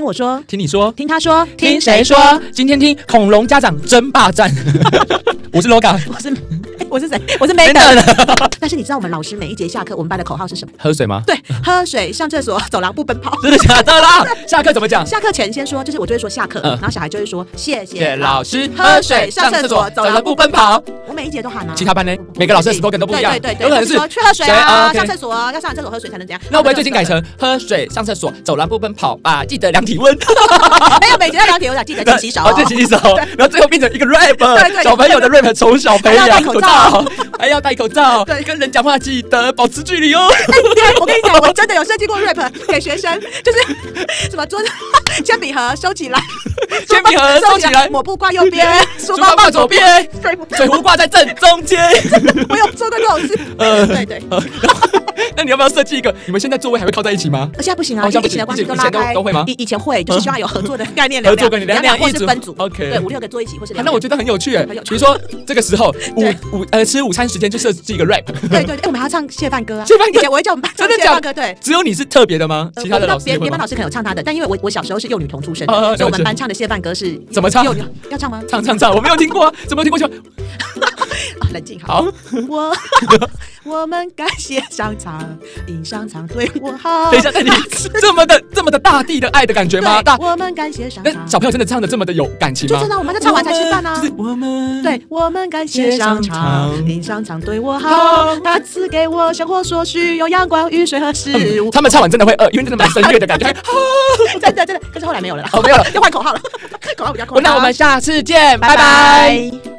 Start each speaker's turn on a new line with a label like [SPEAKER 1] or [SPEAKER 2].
[SPEAKER 1] 我说，
[SPEAKER 2] 听你说，
[SPEAKER 1] 听他说，？？
[SPEAKER 2] 今天听恐龙家长争霸战。我是 LOGA，
[SPEAKER 1] 我是 我是谁？我是 Megan。但是你知道我们老师每一节下课，我们班的口号是什么？
[SPEAKER 2] 喝水吗？
[SPEAKER 1] 对，喝水、上厕所、走廊不奔跑。
[SPEAKER 2] 真的假的啦？下课怎么讲？
[SPEAKER 1] 下课前先说，就是我就会说下课，
[SPEAKER 2] 嗯
[SPEAKER 1] 然后小孩就会说谢
[SPEAKER 2] 谢
[SPEAKER 1] 谢
[SPEAKER 2] 老师，
[SPEAKER 1] 喝水、上厕所、走廊不奔跑。
[SPEAKER 2] 跑。
[SPEAKER 1] 我每一节都喊啊。
[SPEAKER 2] 其他班呢
[SPEAKER 1] 我？
[SPEAKER 2] 每个老师的
[SPEAKER 1] 我
[SPEAKER 2] slogan 都不一样，
[SPEAKER 1] 对对对，
[SPEAKER 2] 有可能
[SPEAKER 1] 就是说去喝水
[SPEAKER 2] 谁
[SPEAKER 1] 啊，
[SPEAKER 2] ，OK
[SPEAKER 1] 上厕所啊，要上厕所喝水才能怎样？
[SPEAKER 2] 那我们最近改成喝水、上厕所、走廊不奔跑吧，记得量体温。
[SPEAKER 1] 哦没有每节要量体温，要记 得勤洗手哦。
[SPEAKER 2] 哦，对，洗手。然后最后变成一个 rap，
[SPEAKER 1] 对对
[SPEAKER 2] 小朋友的 rap 从小培
[SPEAKER 1] 还要戴
[SPEAKER 2] 养
[SPEAKER 1] 口罩，
[SPEAKER 2] 还要戴口罩，
[SPEAKER 1] 对
[SPEAKER 2] 跟人讲话记得保持距离哦。
[SPEAKER 1] 我哎跟你讲，我真的有设计过 rap 给学生，就是什么桌子 铅笔盒收起来，
[SPEAKER 2] 铅笔盒收起 来
[SPEAKER 1] 抹布挂右边， 书包
[SPEAKER 2] 放
[SPEAKER 1] 放
[SPEAKER 2] 左
[SPEAKER 1] 左边，
[SPEAKER 2] 边，
[SPEAKER 1] 水壶
[SPEAKER 2] 水壶挂在正中间。
[SPEAKER 1] 我有做过这种事。
[SPEAKER 2] 呃
[SPEAKER 1] 对对，
[SPEAKER 2] 那你要不要设计一个？你们现在座位还会靠在一起吗？
[SPEAKER 1] 现在不行啊，
[SPEAKER 2] 哦现在
[SPEAKER 1] 因为
[SPEAKER 2] 不
[SPEAKER 1] 疫
[SPEAKER 2] 行
[SPEAKER 1] 情的关系都
[SPEAKER 2] 以前
[SPEAKER 1] 拉
[SPEAKER 2] 以前
[SPEAKER 1] 开，
[SPEAKER 2] 都都会吗
[SPEAKER 1] 以以前会，就是希望有合作的概念，
[SPEAKER 2] 合
[SPEAKER 1] 聊
[SPEAKER 2] 作
[SPEAKER 1] 聊
[SPEAKER 2] 跟你聊
[SPEAKER 1] 聊
[SPEAKER 2] 聊
[SPEAKER 1] 或
[SPEAKER 2] 一
[SPEAKER 1] 是
[SPEAKER 2] 组
[SPEAKER 1] 分组
[SPEAKER 2] ，OK
[SPEAKER 1] 对，五六个坐一起，或是
[SPEAKER 2] 啊
[SPEAKER 1] 聊
[SPEAKER 2] 那我觉得很有趣哎，
[SPEAKER 1] 很有趣
[SPEAKER 2] 比如说这个时 候
[SPEAKER 1] 对
[SPEAKER 2] 午午呃吃午餐时间就设计一个 rap，
[SPEAKER 1] 对对对，哎我们还要唱谢饭歌啊，
[SPEAKER 2] 谢饭歌
[SPEAKER 1] 以前我会叫我们班唱
[SPEAKER 2] 真的
[SPEAKER 1] 谢
[SPEAKER 2] 假
[SPEAKER 1] 饭歌，对。
[SPEAKER 2] 只有你是特别的吗？
[SPEAKER 1] 呃
[SPEAKER 2] 其他的
[SPEAKER 1] 我
[SPEAKER 2] 老
[SPEAKER 1] 不知道
[SPEAKER 2] 师
[SPEAKER 1] 别
[SPEAKER 2] 也会
[SPEAKER 1] 别班
[SPEAKER 2] 吗
[SPEAKER 1] 老？师可能有唱他的，但因为我我小时候是幼女童出身，
[SPEAKER 2] 哦哦了解
[SPEAKER 1] 所以我们班唱的谢饭歌是
[SPEAKER 2] 怎么唱
[SPEAKER 1] 幼女要唱吗？
[SPEAKER 2] 唱唱唱，我没有听过啊，怎么没有听过就
[SPEAKER 1] 啊冷静好。
[SPEAKER 2] 好？
[SPEAKER 1] 我 我们感谢商场，因商场对我好。
[SPEAKER 2] 等一下，那你这么的这么的大地的爱的感觉吗？
[SPEAKER 1] 对，
[SPEAKER 2] 大
[SPEAKER 1] 我们感谢商
[SPEAKER 2] 那
[SPEAKER 1] 场。
[SPEAKER 2] 小朋友真的唱的这么的有感情
[SPEAKER 1] 就
[SPEAKER 2] 吗
[SPEAKER 1] 真？的，我们在唱完才吃饭啊
[SPEAKER 2] 就。是我们
[SPEAKER 1] 对，我们感谢商场，因商场对我好
[SPEAKER 2] 好，
[SPEAKER 1] 它赐给我生活所需，有阳光、雨水和食
[SPEAKER 2] 嗯
[SPEAKER 1] 物。
[SPEAKER 2] 他们唱完真的会饿，因为真的 蛮深乐的感觉。
[SPEAKER 1] 真嗯 的真的，可是后来没有了啦，
[SPEAKER 2] 哦没有了
[SPEAKER 1] 要换口号了，口号比较快。
[SPEAKER 2] 那我们下次见，拜拜。
[SPEAKER 1] 拜